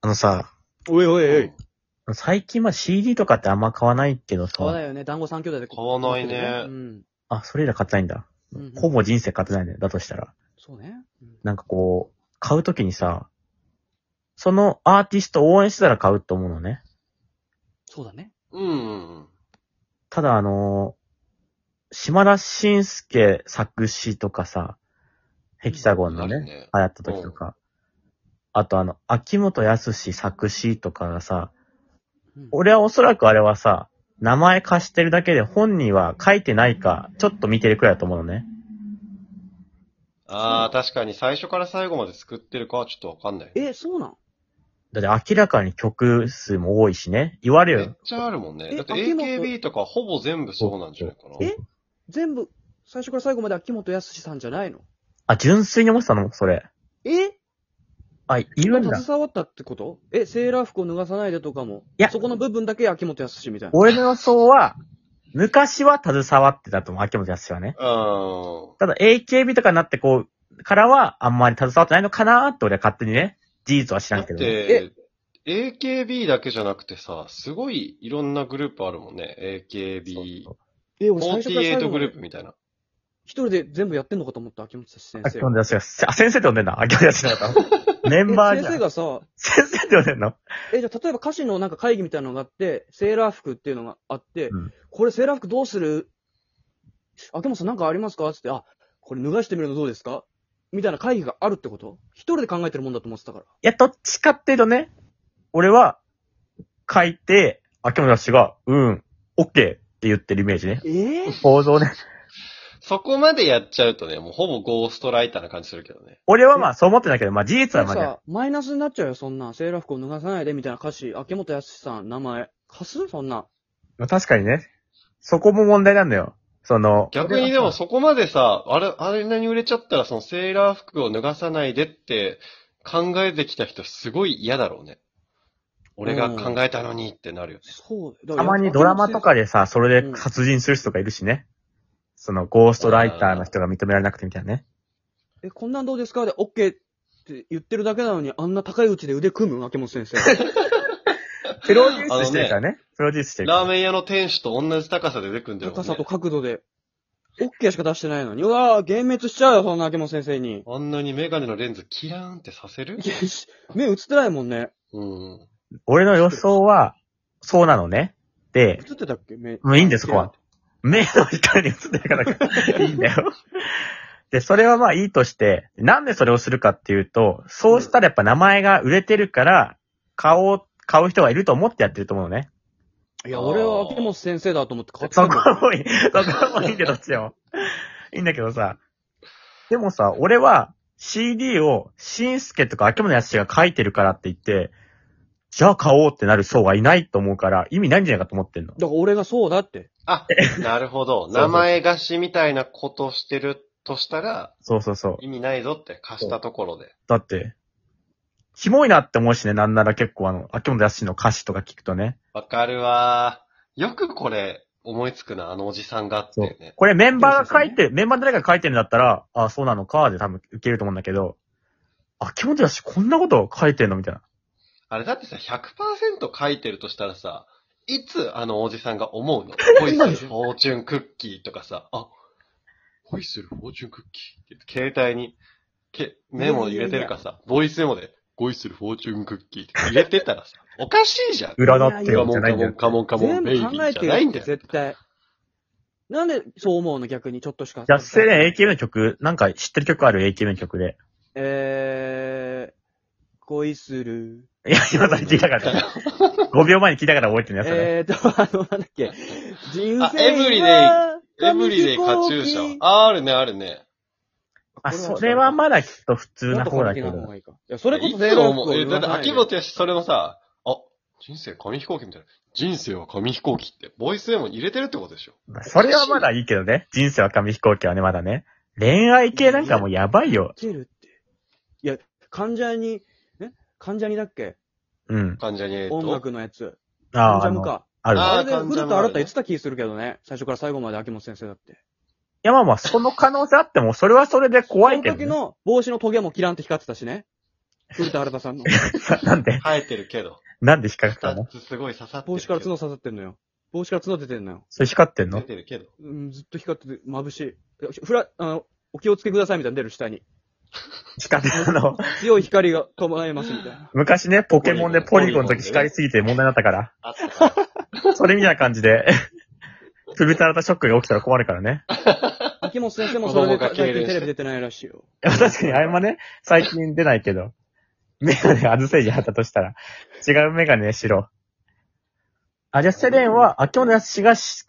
あのさ、おいおいおうんい。最近は CD とかってあんま買わないけど買わなさ、いよね。団子三兄弟で買買わないうね。ん。あ、それ以来買ってないんだ。うんほぼ人生買ってないんだよ。だとしたら。そうね。うんなんかこう、買うときにさ、そのアーティストを応援してたら買うと思うのね。そうだね。うんうんただあのー島田紳介作詞とかさ、ヘキサゴうンん。のあるね、ね。流行った時とか、あとあの、秋元康作詞とかがさ、うん俺はおそらくあれはさ、名前貸してるだけで本人は書いてないか、ちょっと見てるくらいだと思うのね。ああ、確かに最初から最後まで作ってるかはちょっとわかんない。え、そうなんだって明らかに曲数も多いしね。言われめるっよ。ちゃあるもんね。えだって秋元 AKB とかほぼ全部そうなんじゃないかな。え全部、最初から最後まで秋元康さんじゃないのあ、純粋に思ってたのそれ。えあ、いるんだ。携わったってことえ、セーラー服を脱がさないでとかも。いやそこの部分だけ秋元康みたいな。俺の予想は、昔は携わってたと思う。秋元康はね。うん。ただ AKB とかになってこう、からはあんまり携わってないのかなーって俺は勝手にね、事実は知らだんっけどね、て、AKB だけじゃなくてさ、すごいいろんなグループあるもんね。AKB、え、俺最初から48最後まグルでー。プみたいな。一人で全部やってんのかと思った、秋元康先秋生。元康が、あ、先生って呼んでんだ。秋元康だった。メえンバーじゃ先生ん。がさ、先生って呼んでんのえ、じゃあ例えば歌詞のなんか会議みたいなのがあって、セーラー服っていうのがあって、うんこれセーラー服どうする秋元さんなんかありますかつって、あ、これ脱がしてみるのどうですかみたいな会議があるってこと一人で考えてるもんだと思ってたから。いや、どっちかっていうとね、俺は、書いて、秋元康が、うん、オッケーって言ってるイメージね。ええ構造ね。そこまでやっちゃうとね、もうほぼゴーストライターな感じするけどね。 俺はまあそう思ってないけど、まあ事実はまあねさ、マイナスになっちゃうよ、そんなん。セーラー服を脱がさないで、みたいな歌詞。秋元康さん、名前。貸すそんな。まあ確かにね。そこも問題なんだよ。その、逆にでもそこまでさ、あれ、あれなに売れちゃったらそのセーラー服を脱がさないでって考えてきた人すごい嫌だろうね。俺が考えたのにってなるよね。そう。だかたらまにドラマと。かでさ、それうでん殺人する人がいるしね。その、ゴーストライターの人が認められなくてみたいなね。え、こんなんどうですかで、オッケーって言ってるだけなのに、あんな高いうちで腕組む秋元先生。プロデュースしてるからね。プロデュースしてるから。ラーメン屋の店主と同じ高さで出てくんだよ、ね。高さと角度で。オッケーしか出してないのに。うわぁ、幻滅しちゃうよ、そんな秋元先生に。あんなにメガネのレンズキラーンってさせるいやし目映ってないもんね。うん。俺の予想は、そうなのね。で、映ってたっけ目。もういいんですそこは。目の光に映ってるからいいんだよ。で、それはまあいいとして、なんでそれをするかっていうと、そうしたらやっぱ名前が売れてるから、買おう、買う人がいると思ってやってると思うのね。いや、俺は秋元先生だと思って買ってそたこのはもういい、そこはもういいんでどっちでも。いいんだけどさ。でもさ、俺は CD を、しんすけとか秋元康が書いてるからって言って、じゃあ買おうってなる層はいないと思うから、意味ないんじゃないかと思ってんの。だから俺がそうだって。あ、なるほど。うそう名前貸しみたいなことしてるとしたら、そうそうそう。意味ないぞって貸したところで。だって、キモいなって思うしね、なんなら結構あの、秋元康の歌詞とか聞くとね。わかるわー。よくこれ、思いつくな、あのおじさんがっていうね。これメンバーが書いてる、メンバー誰かが書いてるんだったら、あ、そうなのか、で多分受けると思うんだけど、秋元康こんなこと書いてんのみたいな。あれだってさ、100%書いてるとしたらさ、いつあのおじさんが思う のホイッ今スでルしょフォーチュンクッキーとかさ、あ、ホイッスルフォーチュンクッキーって言って携帯にけメモ入れてるかさ、ボイスメモで、ホイッスルフォーチュンクッキーって入れてたらさ、おかしいじゃん。占ってカよ、モじゃンないカんだモよン。カモンカモ全ン部ベイビ考えーてじるゃないっんだて、よ。絶対。なんでそう思うの逆にちょっとしか。じゃあ、せいね、AKB の曲、なんか知ってる曲ある ?AKB の曲で。えー、恋する。いや、今さ、聞いた から。5秒前に聞いたから覚えてるやつだね。えーと、あの、なんだっけ。人生はあエブリデイエブリデイカチューシャ。あ、あるね、あるね。あ、それはまだきっと普通ななんと方だ本気けな方ど。がいいか。いや、それこいそつゼロ思う。えだって秋元康それもさ、あ、人生紙飛行機みたいな。人生は紙飛行機って、ボイスメモに入れてるってことでしょ。それはまだいいけどね。人生は紙飛行機はね、まだね。恋愛系なんかもうやばいよ。てるって。いや、患者に、え患者にだっけうん。患者に、えっと、音楽のやつ。ああ、患者あもの、か。あるあわ。ーあれで、関ジ古ャム田あるね新太言ってた気するけどね。最初から最後まで秋元先生だって。いや、まあまあ、その可能性あっても、それはそれで怖いけそどの時ね、の帽子のトゲもキランって光ってたしね。古田新太さ んの。 なんで生えてるけど。なんで引っかかった二のつすごい刺さってるけど。帽子から角刺さってんのよ。帽子から角出てんのよ。それ光ってん出のてるけど。うん、ずっと光ってて、眩しいいや。ふら、あの、お気をつけくださいみたいなの出る下に。光って、あの、強い光が伴いますみたいな。昔ね、ポケモンでポリゴンの時光りすぎて問題になったから。あったからそれみたいな感じで、古田新太ショックが起きたら困るからね。秋元先生もそれ子で供が最痙攣して近テレビ出てないらしいよ。いや確かに、あれもね、最近出ないけど。メガネ外せじあったとしたら、違うメガネしろ。あ、じゃあセレンは、秋元康がし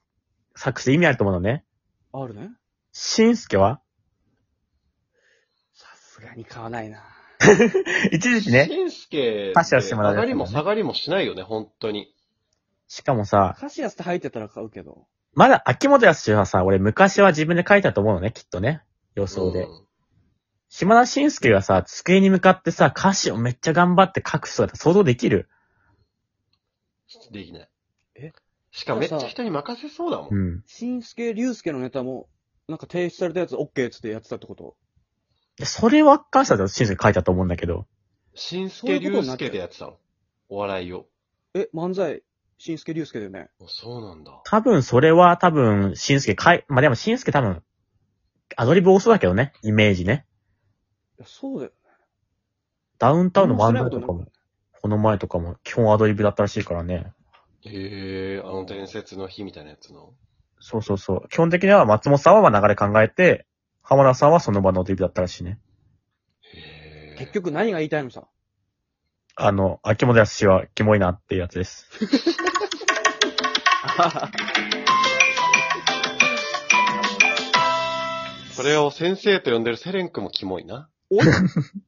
作詞意味あると思うのね。あるね。しんすけはさすがに買わないな。一時期ね、しんすけ、パシャしてもらう上やつがりも下がりもしないよね、本当に。しかもさ、カシアスって入ってたら買うけど。まだ秋元康はさ、俺昔は自分で書いたと思うのね、きっとね。予想で。ん島田紳介がさ、机に向かってさ、歌詞をめっちゃ頑張って書く姿想像できるできない。えしかもめっちゃ人に任せそうだもんう。ん。しんすけ、りゅうすけのネタも、なんか提出されたやつ OK っつってやってたってことそれは感謝だと紳介書いたと思うんだけど。しんすそういけ、うりことゅうになすっちゃけうでやってたの。お笑いを。え、漫才、しんすけ、りゅうすけだよね。あそうなんだ。多分それは多分、紳介書い、まあ、でも紳介多分、アドリブ多そうだけどね、イメージね。いや、そうだよ。ダウンタウンの漫才とかも、この前とかも基本アドリブだったらしいからね。へえ、あの伝説の日みたいなやつの。そうそうそう。基本的には松本さんは流れ考えて、浜田さんはその場のアドリブだったらしいね。へえ。結局何が言いたいのさ。あの、秋元康はキモいなっていうやつです。それを先生と呼んでるセレン君もキモいな。おい